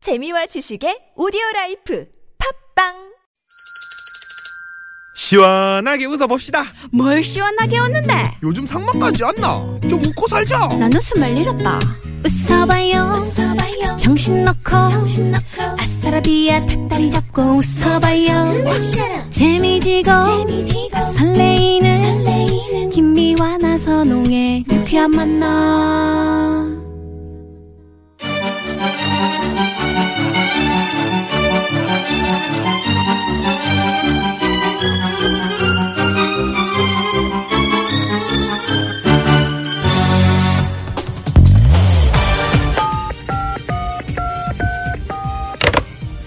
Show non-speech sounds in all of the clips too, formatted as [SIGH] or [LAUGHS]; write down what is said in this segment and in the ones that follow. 재미와 지식의 오디오 라이프 팝빵 시원하게 웃어봅시다. 뭘 시원하게 웃는데 요즘 상만까지 안 나. 좀 웃고 살자. 난 웃음을 잃었다 웃어봐요, 정신 놓고 아싸라비아 닭다리 잡고 웃어봐요 재미지고, 설레이는, 김미와 나서 농의 유쾌한 만남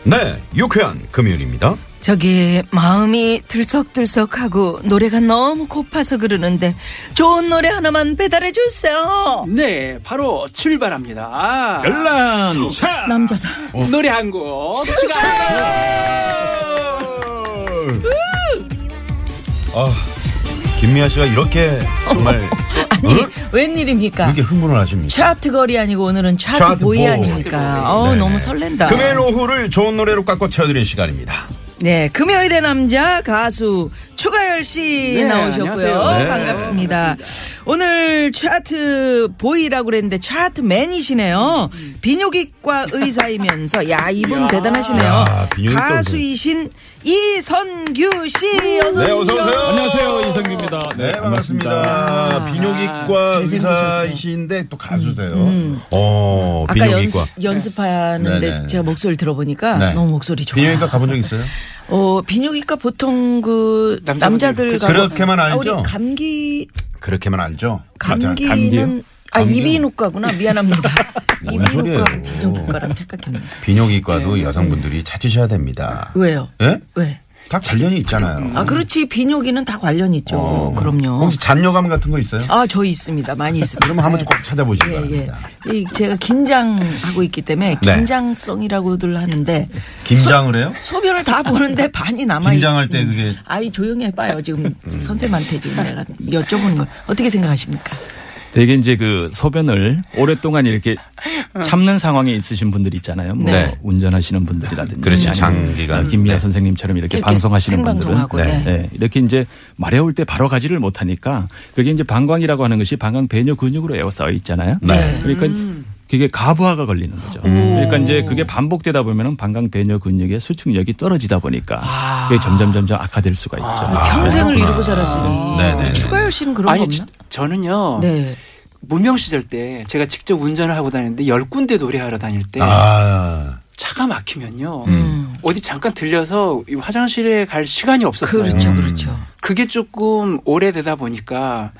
네, 유쾌한 금요일입니다. 저기 마음이 들썩들썩하고 노래가 너무 고파서 그러는데 좋은 노래 하나만 배달해 주세요. 네, 바로 출발합니다. 남자다. 노래 한 곡. 아, 김미아 씨가 이렇게 정말 [LAUGHS] 아니 어? 웬일입니까? 이렇게 흥분을 하십니까? 차트걸이 아니고 오늘은 차트보이 차트보이. 아닙니까? 어 네네. 너무 설렌다. 금요일 오후를 좋은 노래로 깎고 채워드릴 시간입니다. 네 금요일의 남자 가수 추가열 씨 네, 나오셨고요. 안녕하세요. 네. 반갑습니다. 오늘 차트 보이라고 그랬는데 차트맨이시네요. 비뇨기과 의사이면서 야 이분 대단하시네요. 야, 비뇨기과 가수이신 이선규 씨 어서 네, 어서 오십시오. 오세요. 안녕하세요 이성규입니다. 네, 반갑습니다. 비뇨기과 아, 잘생기셨어요. 음. 의사이신데 또 가수세요. 어, 아까 비뇨기과. 연습, 연습하는데 네네. 제가 목소리 들어보니까 네. 너무 목소리 좋아. 비뇨기과 가본 적 있어요? 어, 비뇨기과 보통 그 남자분들 남자들 그치. 가고- 그렇게만 아, 우리 알죠? 감기 그렇게만 알죠? 맞아. 감기는 아 감기요? 이비인후과구나 미안합니다. [LAUGHS] 뭔 이비인후과 소리예요. 비뇨기과랑 착각했네. 비뇨기과도 여성분들이 찾으셔야 됩니다. 왜요? 예? 왜? 다 관련이 있잖아요. 아 그렇지 비뇨기는 다 관련 이 있죠. 어. 그럼요. 혹시 잔여감 같은 거 있어요? 아 저 있습니다. 많이 있습니다. [LAUGHS] 그러면 한번 꼭 찾아보시기 예, 예. 바랍니다. 이 제가 긴장하고 있기 때문에 네. 긴장성이라고들 하는데 김장을 해요? 소변을 다 보는데 반이 남아 긴장할 때 그게- 음. 아이 조용히 해봐요 지금 선생님한테 지금 내가 여쭤보는 거 어떻게 생각하십니까? 되게 이제 그 소변을 오랫동안 이렇게 참는 상황에 있으신 분들이 있잖아요. 뭐 네. 운전하시는 분들이라든지. 그렇지, 아니면 장기간. 김미아 네. 선생님처럼 이렇게, 이렇게 방송하시는 분들은. 생방송하고, 네. 네, 이렇게 이제 마려울 때 바로 가지를 못하니까 그게 이제 방광이라고 하는 것이 방광 배뇨 근육으로 에워싸여 있잖아요. 네. 음. 그러니까 그게 가부하가 걸리는 거죠. 그러니까 이제 그게 반복되다 보면은 방광 배뇨 근육의 수축력이 떨어지다 보니까 그게 점점 점점 악화될 수가 있죠. 아. 평생을 이루고 자랐으니 네, 네, 우리 네. 추가열 씨는 그런 아니, 거 지- 없나? 저는요. 네. 문명 시절 때 제가 직접 운전을 하고 다니는데 열 군데 노래하러 다닐 네. 때 아, 음. 차가 막히면요. 음. 어디 잠깐 들려서 이 화장실에 갈 시간이 없었어요. 그렇죠, 그렇죠. 그게 조금 오래되다 보니까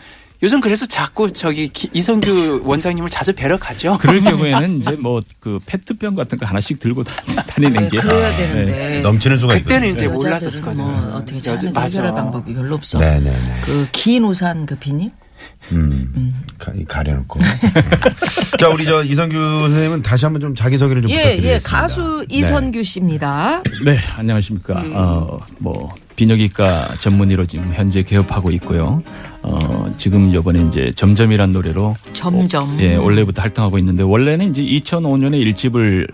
요즘 그래서 자꾸 저기 기- 이성규 원장님을 자주 뵈러 가죠. 그럴 경우에는 이제 뭐 그 페트병 같은 거 하나씩 들고 다- 다니는 게 그래야 음. 네. 되는데 넘치는 수가 있거든요. 그때는 이제 여자들은 몰랐었거든요. 뭐 어떻게 여자- 잘해서 맞아. 해결할 방법이 별로 없어. 네, 네, 네. 그 긴 우산 그 비닐 음. 가, 가려놓고. 음. [LAUGHS] 자, 우리 저 이성규 선생님은 다시 한번 좀 자기소개를 좀 예, 부탁드리겠습니다. 네. 예, 가수 이선규 씨입니다. 네, 안녕하십니까. 음. 어, 뭐 비뇨기과 전문의로 지금 현재 개업하고 있고요. 어, 지금 요번에 이제 점점이란 노래로 점점. 예, 원래부터 활동하고 있는데 원래는 이제 2005년에 일집을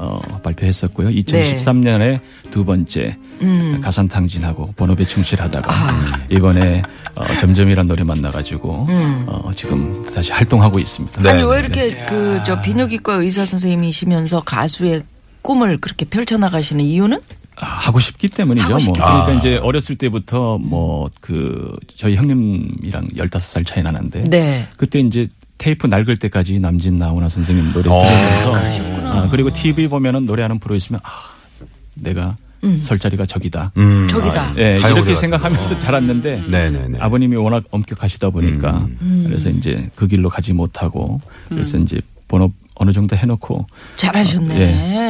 어, 네. 발표했었고요. 2013년에 두 번째 음. 가산탕진하고 번호배 충실하다가 아. 이번에 어, 점점이란 노래 만나가지고 음. 어, 지금 다시 활동하고 있습니다. 네, 아니 네, 왜 이렇게 그 저 비뇨기과 의사 선생님이시면서 가수의 꿈을 그렇게 펼쳐나가시는 이유는 아, 하고 싶기 때문이죠. 하고 싶기 뭐. 그러니까 이제 어렸을 때부터 뭐 그 저희 형님이랑 15살 차이 나는데 네. 그때 이제 테이프 낡을 때까지 남진 나훈아 선생님 노래 어. 들으면서 아, 그리고 TV 보면은 노래하는 프로 있으면 아, 내가 설 자리가 저기다. 음. 저기다. 예, 가요 노래 이렇게 같은 생각하면서 자랐는데 네네네. 아버님이 워낙 엄격하시다 보니까 그래서 이제 그 길로 가지 못하고 그래서 이제 번호 어느 정도 해놓고 잘하셨네. 예.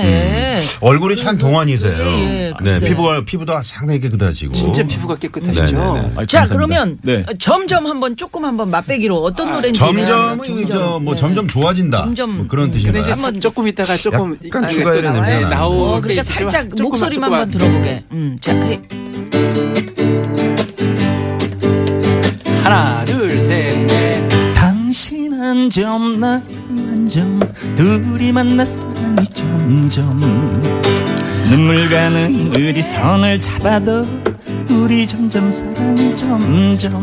예. 얼굴이 참 동안이세요. 예, 예, 네, 글쎄요. 피부가, 피부도 상당히 깨끗하시고. 진짜 피부가 깨끗하시죠. 음. 네네네. 아이, 자 감사합니다. 그러면 네. 점점 한번 조금 한번 맛배기로 어떤 노래인지 점점, 뭐, 네. 점점 좋아진다. 점점. 뭐 그런 음, 근데 뜻이네요. 이제 한번 조금 있다가 조금 약간 아, 추가열의 또 나와요. 냄새가 나는데. 나올 어 때 그러니까 있죠. 살짝 조금만, 목소리만 조금만. 한번 들어보게. 음, 자, 해. 하나 둘셋넷 당신아 난 점나 난점 둘이 만나 사랑이 점점 눈물 가는 우리 손을 잡아도 우리 점점 사랑이 점점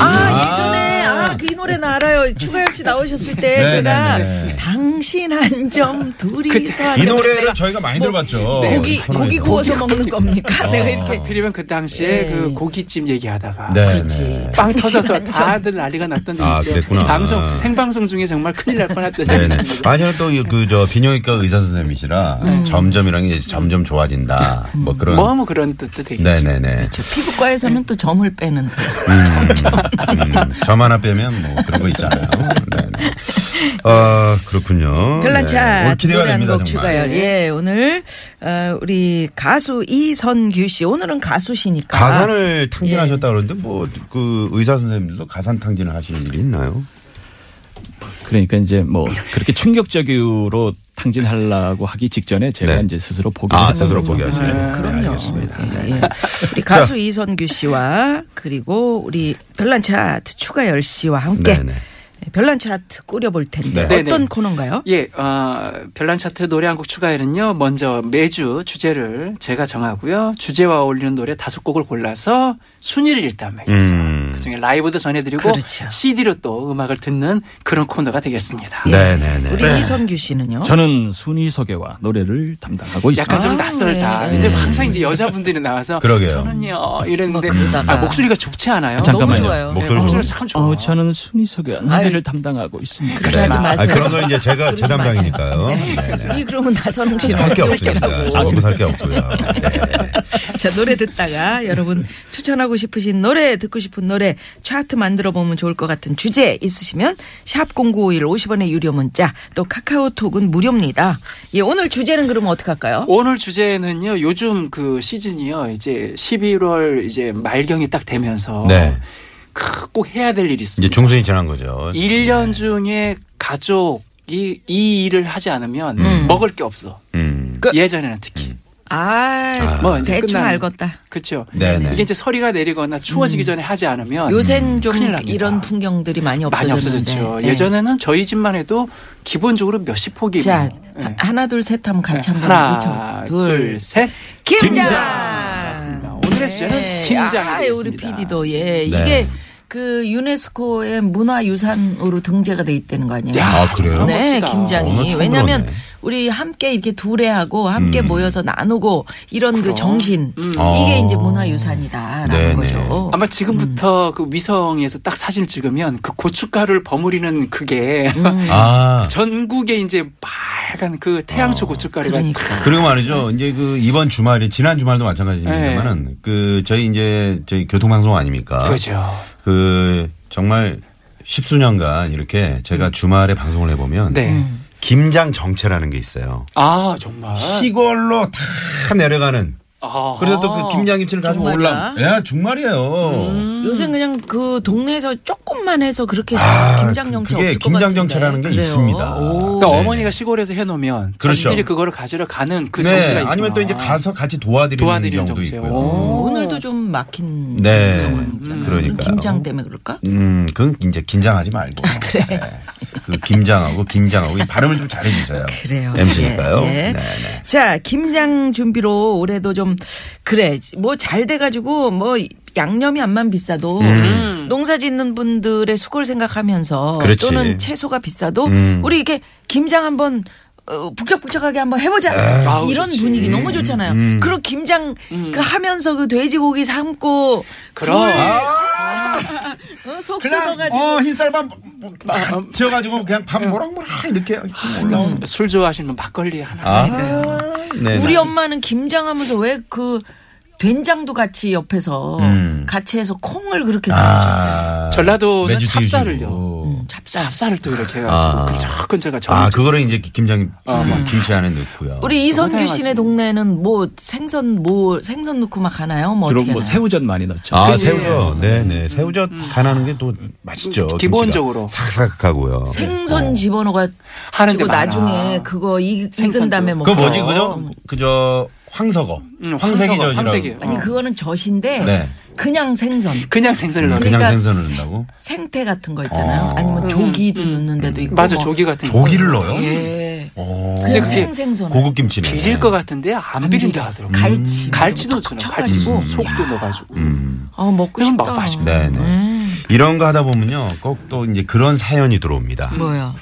아 예전에 아 그 이 노래 나 알아요. 추가열 씨 나오셨을 때 네, 제가 네, 네. 당신 한 점 [LAUGHS] 둘이서 이 하는 노래를 내가 저희가 네, 많이 아, 들어봤죠. 고기 고기 구워서 먹는 겁니까? 내가 이렇게 필이면 그 당시에 네. 그 고깃집 얘기하다가 네, 그렇지. 네. 빵 [LAUGHS] 터져서 다들 난리가 났던 적 아, 있죠. 그랬구나. 방송 생방송 중에 정말 큰일 날 뻔했던 적 네네. 있습니다. 아니요, 또, 이- 그, 저, 비뇨기과 의사 선생님이시라, 음. 점점이랑 이제 점점 좋아진다. 뭐 그런. 뭐 뭐 그런 뜻도 되겠죠. 네네네. 저 피부과에서는 또 점을 빼는 네, 음, 점 하나 빼면 뭐 그런 거 있잖아요. 네네. 아, 그렇군요. 별난 네. 차 오늘 기대가 됩니다. 노래한곡 정말. 추가열. 예, 오늘 어, 우리 가수 이선규 씨 오늘은 가수시니까 가산을 예. 탕진하셨다 그러는데 뭐 그 의사 선생님들도 가산 탕진을 하시는 일이 있나요? 그러니까 이제 뭐 그렇게 충격적으로 탕진하려고 하기 직전에 제가 네. 이제 스스로 포기를 아, 했던 스스로 거죠. 포기하시는. 네, 그럼요. 알겠습니다. 예, 예. 우리 가수 이선규 씨와 그리고 우리 별난 차트 추가열 씨와 함께 네네. 별난 차트 꾸려볼 텐데 네. 어떤 네네. 코너인가요? 예, 어, 별난 차트 노래 한 곡 추가에는요. 먼저 매주 주제를 제가 정하고요. 주제와 어울리는 노래 다섯 곡을 골라서 순위를 일단 매겨서 음. 그중에 라이브도 전해드리고 그렇죠. CD로 또 음악을 듣는 그런 코너가 예. 되겠습니다. 네네네. 우리 이선규 씨는요? 저는 순위 소개와 노래를 담당하고 있습니다. 약간 아, 좀 낯설다. 네. 이제 항상 이제 여자분들이 나와서 그러게요. 저는요 이랬는데 막 그러다가. 아, 목소리가 좋지 않아요. 아, 잠깐만요. 어, 너무 좋아요. 네, 목소리 목소리 좋- 참 좋아. 어, 저는 순위 소개와 노래를 담당하고 있습니다. 그러지 하지 마세요. 아, 그런 건 이제 제가 제 그러지 마세요. 담당이니까요. 네네. 이 그러면 나선홍 씨는 할 게 어떨 없습니다. 아. 때라고. 저 먹고 살 게 없고요. 네. 자 노래 듣다가 여러분 추천하고 싶으신 노래 듣고 싶은 노래 차트 만들어 보면 좋을 것 같은 주제 있으시면 샵 #0951 50원의 유료 문자 또 카카오톡은 무료입니다. 예 오늘 주제는 그러면 어떻게 할까요? 오늘 주제는요. 요즘 그 시즌이요. 이제 11월 이제 말경이 딱 되면서 네. 크, 꼭 해야 될 일이 이제 네. 있습니다. 중순이 지난 거죠. 일 1년 중에 가족이 이 일을 하지 않으면 먹을 게 없어. 음. 끝. 예전에는 특히. 아, 뭐 이제 대충 끝나는. 알겠다. 그렇죠. 네네. 음. 이게 이제 서리가 내리거나 추워지기 전에 하지 않으면 요샌 좀 음, 큰일 납니다. 이런 풍경들이 많이 많이 없어졌는데. 없어졌죠. 네. 예전에는 저희 집만 해도 기본적으로 몇십 포기. 자 아, 네. 하- 하나 둘 셋 하면 같이 한번 그렇죠. 하나, 둘, 셋. 김장. 맞습니다. 오늘의 주제는 네. 김장이 아, 우리 되겠습니다. PD도 예 네. 이게 그 유네스코의 문화유산으로 등재가 돼 있다는 거 아니에요? 아, 그래요? 네, 멋지다. 어머, 김장이. 처음 왜냐면 들어보네. 우리 함께 이렇게 둘해하고 함께 음. 모여서 나누고 이런 그 정신 음. 어. 이게 이제 문화유산이다라는 네네. 거죠. 아마 지금부터 음. 그 위성에서 딱 사진을 찍으면 그 고춧가루를 버무리는 그게 음. 아. [LAUGHS] 전국에 이제 빨간 그 태양초 고춧가루가 그러니까. 그리고 말이죠. 이제 그 이번 주말이 지난 주말도 마찬가지입니다만은 그 저희 이제 저희 교통방송 아닙니까? 네. 그죠. 그 정말 십수년간 이렇게 제가 주말에 방송을 해보면 음. 네. 음. 김장 정체라는 게 있어요. 아 정말. 시골로 다 내려가는. 아. 그래서 또 그 김장 김치를 가지고 정말이야? 올라. 예, 정말이에요. 음. 요새 그냥 그 동네에서 조금만 해서 그렇게 아, 김장정체 그- 그게 없을 것 같은데. 김장정체라는 게 그래요? 있습니다. 오. 그러니까 네. 어머니가 시골에서 해놓으면 그렇죠. 자신들이 그거를 가지러 가는 그 네, 정체가 있구나. 아니면 또 이제 가서 같이 도와드리는 도와드리는 경우도 정체. 있고요. 오. 오늘도 좀 막힌 네, 상황이잖아요. 그러니까요. 김장 때문에 그럴까? 음, 그건 이제 긴장하지 말고. 그래. 그 김장하고 긴장하고 이 발음을 좀 잘해 주세요. 그래요. MC니까요. 예, 예. 네, 네. 자, 김장 준비로 올해도 좀 그래 뭐 잘 돼가지고 뭐 양념이 안만 비싸도 농사 짓는 분들의 수고를 생각하면서 음. 그렇지. 또는 채소가 비싸도 음. 우리 이게 김장 한번 어, 북적북적하게 한번 해보자 아우, 이런 좋지. 분위기 너무 좋잖아요. 음. 그리고 김장 그 하면서 그 돼지고기 삶고 그럼. 굴, 아, 어, 속 그냥 뜯어가지고 어, 흰쌀밥 지어 가지고 그냥 밥 모락모락 이렇게 올라오는. 술 좋아하시면 막걸리 하나. 아. 네. 우리 네. 엄마는 김장하면서 왜 그 된장도 같이 옆에서 음. 같이 해서 콩을 그렇게 삶으셨어요. 아, 전라도는 매주 찹쌀을요. 띄우시고. 찹쌀. 찹쌀을 또 이렇게 해가지고 아. 끈적끈적한 정 아, 그거를 이제 김장 아. 그 김치 안에 넣고요. 우리 이선규 다양하지. 씨네 동네는 뭐 생선 뭐 생선 넣고 막 하나요? 뭐 주로 어떻게 뭐 하나요? 새우젓 많이 넣죠. 아, 새우젓. 네, 네. 새우젓 간하는 게 또 맛있죠. 음. 기본적으로. 김치가 삭삭하고요. 생선 어. 집어넣어 하는 데 가지고 많아. 나중에 그거 이- 익은 생선도. 다음에 먹 그거 뭐지? 그죠? 그저 황석어. 음, 황색이 황석어, 젓이라고. 황색이요. 아니 그거는 젖인데 어. 네. 그냥 생선. 그냥 생선을 음, 넣는 그냥 그러니까 생선을 넣는다고? 생태 같은 거 있잖아요. 어. 아니면 조기도 넣는 데도 있고. 음, 맞아 뭐. 조기 같은 거. 조기를 넣어요? 예. 오. 네. 근데 그냥 그게 생생선. 고급 김치네. 비릴 것 같은데 안 비린다 비려. 하더라고. 요 갈치. 음. 갈치도 톡 주는 쳐가지고. 갈치도 속도 넣어가지고. 음. 어 먹고 그럼 싶다. 막 맛있- 네네. 음. 이런 거 하다 보면요, 꼭 또 이제 그런 사연이 들어옵니다. 음. 뭐야?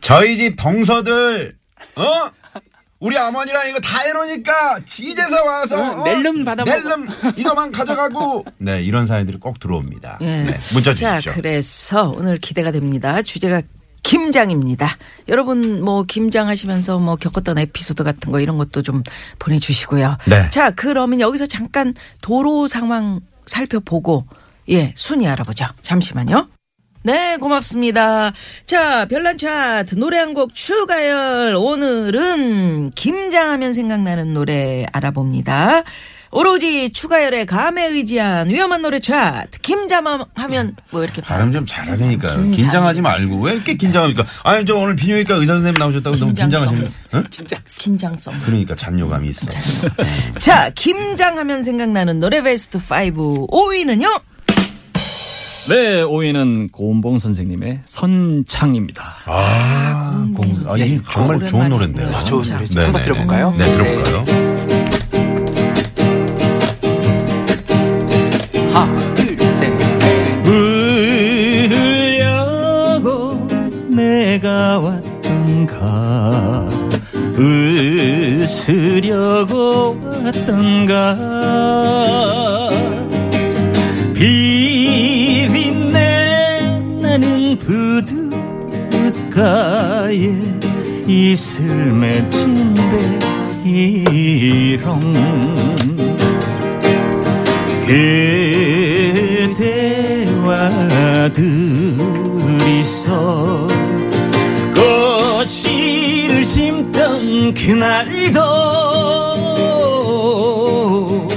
저희 집 동서들, 어? 우리 어머니랑 이거 다 해놓으니까 지제서 와서 응, 낼름 받아 먹어. 낼름 이거만 가져가고 네 이런 사연들이 꼭 들어옵니다. 예. 네, 문자 자, 주십시오. 그래서 오늘 기대가 됩니다. 주제가 김장입니다. 여러분 뭐 김장 하시면서 뭐 겪었던 에피소드 같은 거 이런 것도 좀 보내 주시고요. 네. 자, 그러면 여기서 잠깐 도로 상황 살펴보고 예, 순위 알아보죠. 잠시만요. 네, 고맙습니다. 자, 별난 차트 노래 한 곡 추가열. 오늘은 김장하면 생각나는 노래 알아봅니다. 오로지 추가열의 감에 의지한 위험한 노래 차트. 김장하면 뭐 이렇게 발음 좀 잘하니까요. 긴장. 긴장하지 말고 왜 이렇게 긴장합니까? 아니 저 오늘 비뇨기과 의사 선생님 나오셨다고 너무 긴장성. 긴장하시는 응? 긴장성. 그러니까 잔뇨감이 있어. 자, 김장하면 생각나는 노래 베스트 5 5위는요? 네, 5위는 고은봉 선생님의 선창입니다. 아, 공, 아, 이 정말 좋은 오랜만에 노래인데요. 듣네요. 좋은 진짜. 노래죠. 한번 들어볼까요? 네, 들어볼까요? 음. 하나, 둘, 셋. 넷. 울려고 내가 왔던가 웃으려고 왔던가 비린내 나는 부둣가에 이슬 맺힌 배이롱 그대와 둘이서 꽃을 심던 그날도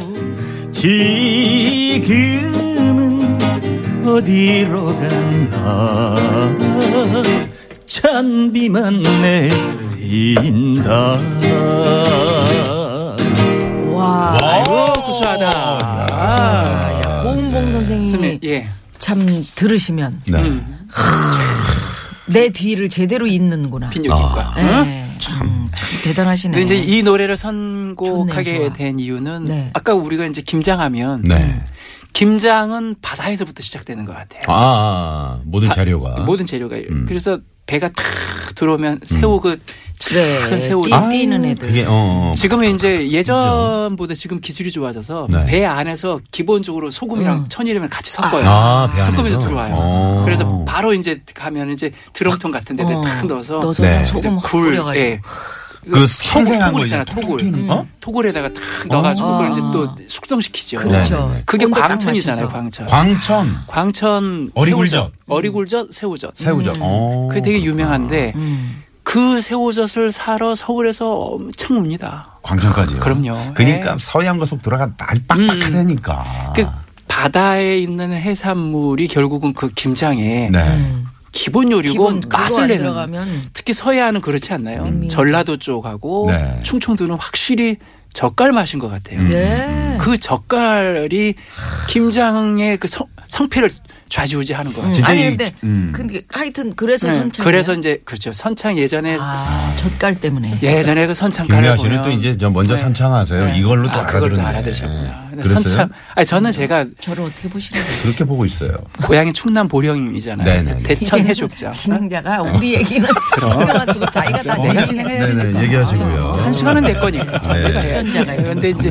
지금은 어디로 갔나 찬비만 내린다 와. 아이고 어, 구수하다. 아, 야, 고은봉 선생님이 스미, 예. 참 들으시면 네. 음, 내 뒤를 제대로 잇는구나. 아. 비뇨기과. 예. 참, 참 대단하시네. 어? 근데 이제 이 노래를 좋네, 선곡하게 좋아. 된 이유는 네. 아까 우리가 이제 김장하면 네. 김장은 바다에서부터 시작되는 것 같아요. 아, 아, 아, 모든 자료가. 모든 재료가 음. 그래서 배가 탁 들어오면 새우 그 작은 그래. 새우 네. 띠- 아유, 뛰는 애들. 그게, 어, 어. 지금은 이제 예전보다 지금 기술이 좋아져서 네. 배 안에서 기본적으로 소금이랑 음. 천일염을 같이 섞어요. 아, 배 안에서? 섞으면서 들어와요. 어. 그래서 바로 이제 가면 이제 드럼통 같은 데에 어, 탁 네, 넣어서 넣어서 네. 그냥 소금 확 굴, 뿌려가지고. 예. 그 생생한 토굴 거 있잖아, 이제 토굴. 톡톡 튀는 거? 어? 토굴에다가 탁 넣어가지고 그걸 이제 또 숙성시키죠. 아. 그렇죠. 네. 그게 온도 딱 광천이잖아요, 맞춰서. 광천. 광천, 광천 어리굴젓. 새우젓. 어리굴젓, 새우젓. 새우젓. 아. 어, 음. 그게 되게 그렇구나. 유명한데 음. 그 새우젓을 사러 서울에서 엄청 옵니다. 광천까지요. 그럼요. 그러니까 예. 음. 서양과 속 돌아가 날 빡빡하다니까. 그 바다에 있는 해산물이 결국은 그 김장에 네. 음. 기본 요리고 기본 그거 안 맛을 내는 음. 들어가면 특히 서해안은 그렇지 않나요? 음. 전라도 쪽하고 네. 충청도는 확실히 젓갈 맛인 것 같아요. 음. 네. 그 젓갈이 김장의 그 성, 성패를 좌지우지하는 것 같아요. 진짜 아니 이- 근데 음. 근데 하여튼 음. 그래서 네. 선창 그래서 이제 그렇죠. 선창 예전에 아, 젓갈 때문에 예전에 그 선창 가려 김미아 보면 씨는 또 이제 저 먼저 네. 선창하세요. 네. 이걸로 또 아, 그걸 또 알아들었네. 알아들으셨구나. 근데 그랬어요? 음. 선창. 아니 저는 제가 저를 어떻게 보시나요? 그렇게 보고 있어요. 고향이 충남 [LAUGHS] 보령이잖아요. 네네. 대천 이제는 해족장. 진행자가 우리 [LAUGHS] 얘기는 신경 안 쓰고 자기가 다 내가 대신 진행해야 네. 네네 되니까. 아, 얘기하시고요. 한 시간은 될 거니까. 네. 내가 해야지. 수선자가 이런 그런데 이제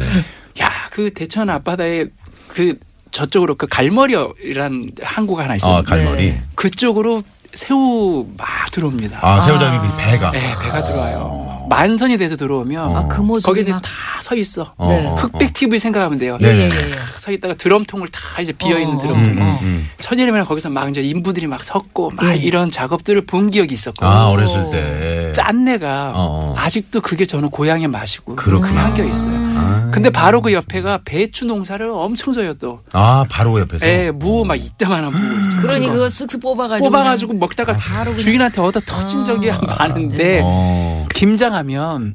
야 그 대천 앞바다에 그 저쪽으로 그 갈머리라는 항구가 하나 있어요. 아 갈머리. 네. 그쪽으로 새우 막 들어옵니다. 아 새우장이 그 배가. 네, 배가 들어와요. 만선이 돼서 들어오면 아, 그 모습이 거기 이제 막- 다 서 있어. 어, 네. 어, 어. 흑백 TV 생각하면 돼요. 네. 예예예. 탁서 있다가 드럼통을 다 이제 비어 있는 어, 음, 드럼통. 음, 음. 천일이면 거기서 막 이제 인부들이 막 섰고 막 예. 이런 작업들을 본 기억이 있었고. 아 어렸을 때. 짠내가 어, 어. 아직도 그게 저는 고향의 맛이고 그렇구나. 그게 음, 한겨 있어요. 아. 근데 바로 그 옆에가 배추 농사를 엄청 져요 또. 아 바로 옆에서. 예, 무막 이따만한 무. 그러니 그거 쓱쓱 뽑아가지고 뽑아가지고 아. 예. 먹다가 바로 주인한테 얻어 터진 적이 많은데 어. 김장하면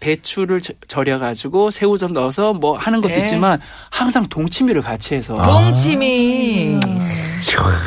배추를 저- 절여가지고 새우젓 넣어서 뭐 하는 것도 네. 있지만 항상 동치미를 같이 해서 아. 동치미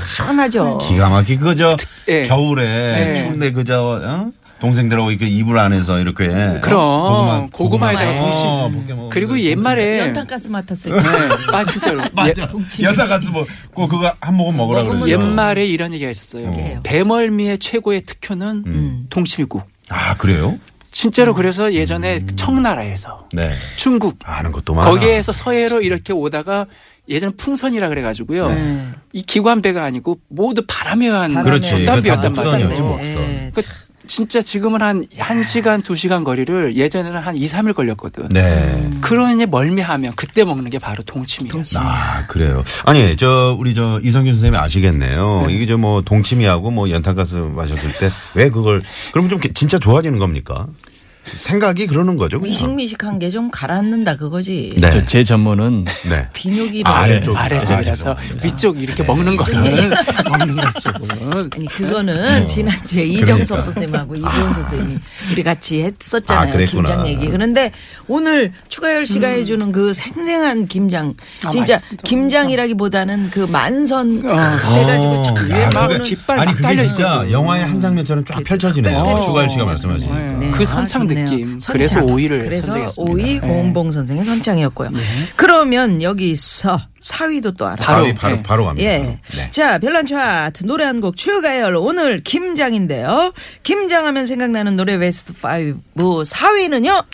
시원하죠. 기가 막히게 그저 예. 겨울에 예. 추운데 그저 어? 동생들하고 이렇게 이불 안에서 이렇게 그럼, 고구마에다가 동치- 어, 볶아 먹으면서 그리고 동치- 옛말에 예. 연탄 가스 맡았을 때. 음. 네. 아 진짜로 [LAUGHS] 맞아. 여사 가서 뭐 그거, 그거 한 모금 먹으라 먹으면 그러죠. 옛말에 이런 얘기가 있었어요. 어때요? 배멀미의 최고의 특효는 음. 동치미국. 아 그래요? 음. 진짜로 그래서 예전에 청나라에서 네. 중국 아는 것도 많아. 거기에서 서해로 이렇게 오다가 예전 풍선이라 그래가지고요. 네. 이 기관배가 아니고 모두 바람에 의한 바람에 그렇지. 의한 그건 전담비였단 그렇죠. 목선이었지, 말이에요. 목선. 예, 그 진짜 지금은 한 1시간, 2시간 거리를 예전에는 한 2, 3일 걸렸거든. 네. 그런 이제 멀미하면 그때 먹는 게 바로 동치미예요. 아 그래요. 아니 저 우리 저 이성균 선생님이 아시겠네요. 이게 저 뭐 동치미하고 뭐 연탄가스 마셨을 때 왜 그걸 그럼 좀 진짜 좋아지는 겁니까? 생각이 그러는 거죠. 그냥. 미식미식한 게 좀 가라앉는다 그거지. 네. 저- 제 전문은 네. 예, 비뇨기 아, 말이야. 아래쪽. 아래쪽이라서 아, 죄송합니다. 위쪽 이렇게 먹는 거는 [LAUGHS] 먹는 것 쪽은 아니 음. 그거는 지난주에 그러니까. 이정섭 선생님하고 이보은 선생님이 우리 같이 아, 했었잖아요. 그랬구나. 김장 얘기. 그런데 오늘 추가열 씨가 해주는 그 생생한 김장 음. 아, 진짜 맛있어. 김장이라기보다는 그 만선 탁 어. 해가지고 쫙 위에 아, 막 그게- 깃발 아니 막 그게 딸려 진짜 영화의 한 장면처럼 쫙 아, 펼쳐지네요. 어. 주가일 씨가 말씀하시니까. 네. 그 선창 좋네요. 느낌. 그래서 오이를 그래서 선정했습니다. 오이 네. 고은봉 선생의 선창이었고요. 그러면 여기서 사위도 또 알아. 바로 바로, 바로 네. 바로 갑니다. 예. 네. 자, 별난 차트 노래 한 곡 추가열 오늘 김장인데요. 김장하면 생각나는 노래 베스트 5 4위는요.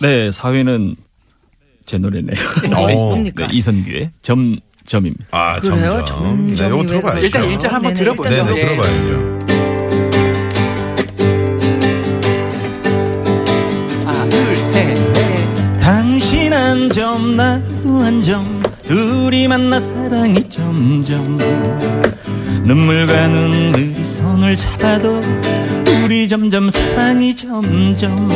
네 사회는 제 노래네요. [LAUGHS] 네, 뭡니까? 네, 이선규의 점 점입니다. 아, 그래요? 점점이 네, 왜 요거 들어봐야죠. 일단 그렇죠. 일절 한번 네네, 들어보죠. 네, 일단 네, 예. 들어봐야죠. 하나, 둘, 셋, 넷. 당신 한 점 나도 한 점 둘이 만나 사랑이 점점 눈물과 눈물이 손을 잡아도 우리 점점 사랑이 점점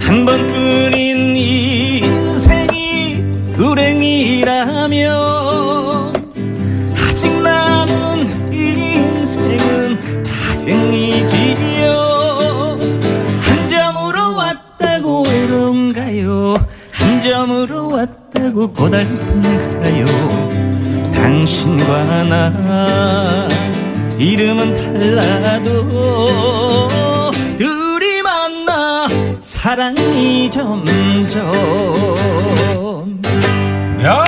한 번뿐인 인생이 불행이라며 아직 남은 인생은 다행이지요 한 점으로 왔다고 외로운가요 한 점으로 왔다고 고달픈가요 당신과 나 이름은 달라도 둘이 만나 사랑이 점점 야!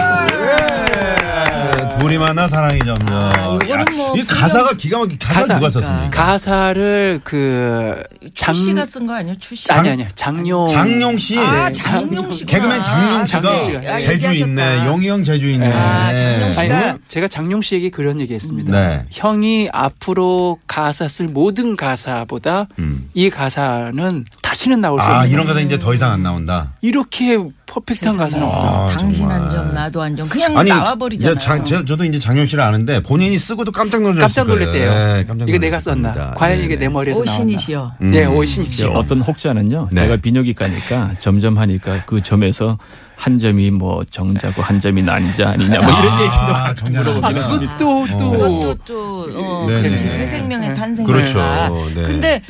둘이 만나 사랑이 점점. 야, 이 가사가 기가 막히게 가사, 가사. 누가 썼습니까? 가사를 그 장, 추씨가 쓴 거 아니에요? 추씨. 아니 아니요 장룡 장용 씨. 아, 장- 장룡 씨가 네. 개그맨 장용 씨가 장용 씨가. 제주 있네. 용이 형 제주 있네. 아, 장용 아니, 씨가. 제가 장룡 씨에게 그런 얘기했습니다. 네. 형이 앞으로 가사 쓸 모든 가사보다 음. 이 가사는 다시는 나올 수 아, 없는 이런 가사 이제 더 이상 안 나온다. 이렇게 퍼펙트한 가사는 뭐 아, 없다. 당신 정말. 한 점 나도 한 점 그냥 아니, 음, 나와 이제 장- 버리잖아요. 저, 저도 이제 장용 씨를 아는데 본인이 쓰고도 깜짝 놀랐어요. 예, 네, 깜짝 놀랐대요. 이거 내가 썼나? 과연 이게 내 머리에서 나왔나? 오신이시여. 네, 음. 이제 오신이시여. 어떤 혹자는요. 네. 제가 비뇨기과니까 점점 하니까 그 점에서 한 점이 뭐 정자고 한 점이 난자 [LAUGHS] 아니냐 뭐 이런 얘기도 아, 정답. 그것도 또 그것도 또 어, 네네. 그렇지 새 생명의 탄생이다. 그렇죠. 네. 근데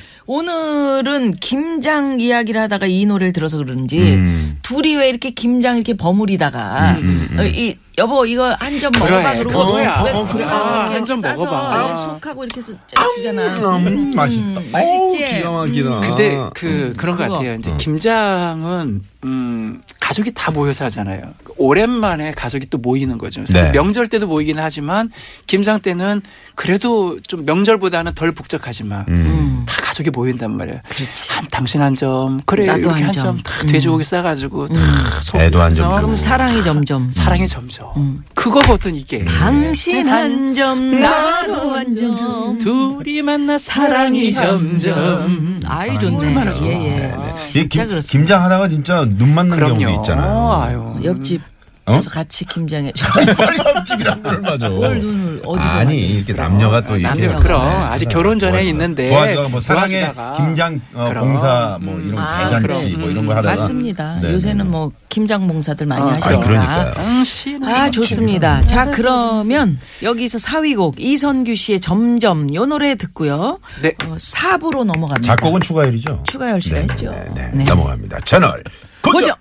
오늘은 김장 이야기를 하다가 이 노래를 들어서 그런지 음. 둘이 왜 이렇게 김장 이렇게 버무리다가 어, 이 여보 이거 한 점 그래, 먹어봐 그러고 그거야. 왜 어, 그래, 그래. 아, 이렇게 한점 싸서 먹어봐. 아. 속하고 이렇게 해서 주잖아. 음, 맛있다. 어우, 맛있지? 기가 막히다. 근데 그 그런 것 그거. 같아요. 어. 이제 김장은 음 가족이 다 모여서 하잖아요. 오랜만에 가족이 또 모이는 거죠. 사실 네. 명절 때도 모이긴 하지만 김장 때는 그래도 좀 명절보다는 덜 북적하지만 음. 다 가족이 모인단 말이에요. 그렇지. 한 당신 한 점, 그래 나도 이렇게 한 한 점. 점, 다 돼지고기 싸가지고 다 소고기 애도 한 점. 그럼 사랑이 점점 사랑의 점점. 그거거든 이게. 음. 당신 한 점 나도 한 점 둘이 만나 사랑이 점점. 아이 좋네. 얼마나 좋아. 예, 예. 네, 네. 이 진짜 그렇습니다. 김, [LAUGHS] 네. 음. 김장 하다가 진짜 눈 맞는 경우도 있잖아요. 아유. 옆집 어? 그래서 같이 김장해 줘. [LAUGHS] 벌집이란 걸 맞아. 뭘 눈을 어디서 아니 맞아요? 이렇게 남녀가 또 이렇게 남녀가. 그러네. 그럼. 아직 결혼 전에 도와주다가. 있는데 도와주다가 뭐 사랑의 도와주다가. 김장 어, 그럼. 봉사 뭐 이런 아, 대잔치 그럼. 뭐 이런 거 하다가 맞습니다. 네, 요새는 네. 뭐 김장 봉사들 많이 아, 하시니까. 그러니까요. 당신은 아 좋습니다. 자 그러면 여기서 4위곡 이선규 씨의 점점 요 노래 듣고요. 네. 어, 4부로 넘어갑니다. 작곡은 추가열이죠. 추가열 씨가 네, 했죠. 네, 네, 네. 네. 넘어갑니다. 채널 고정. 고정.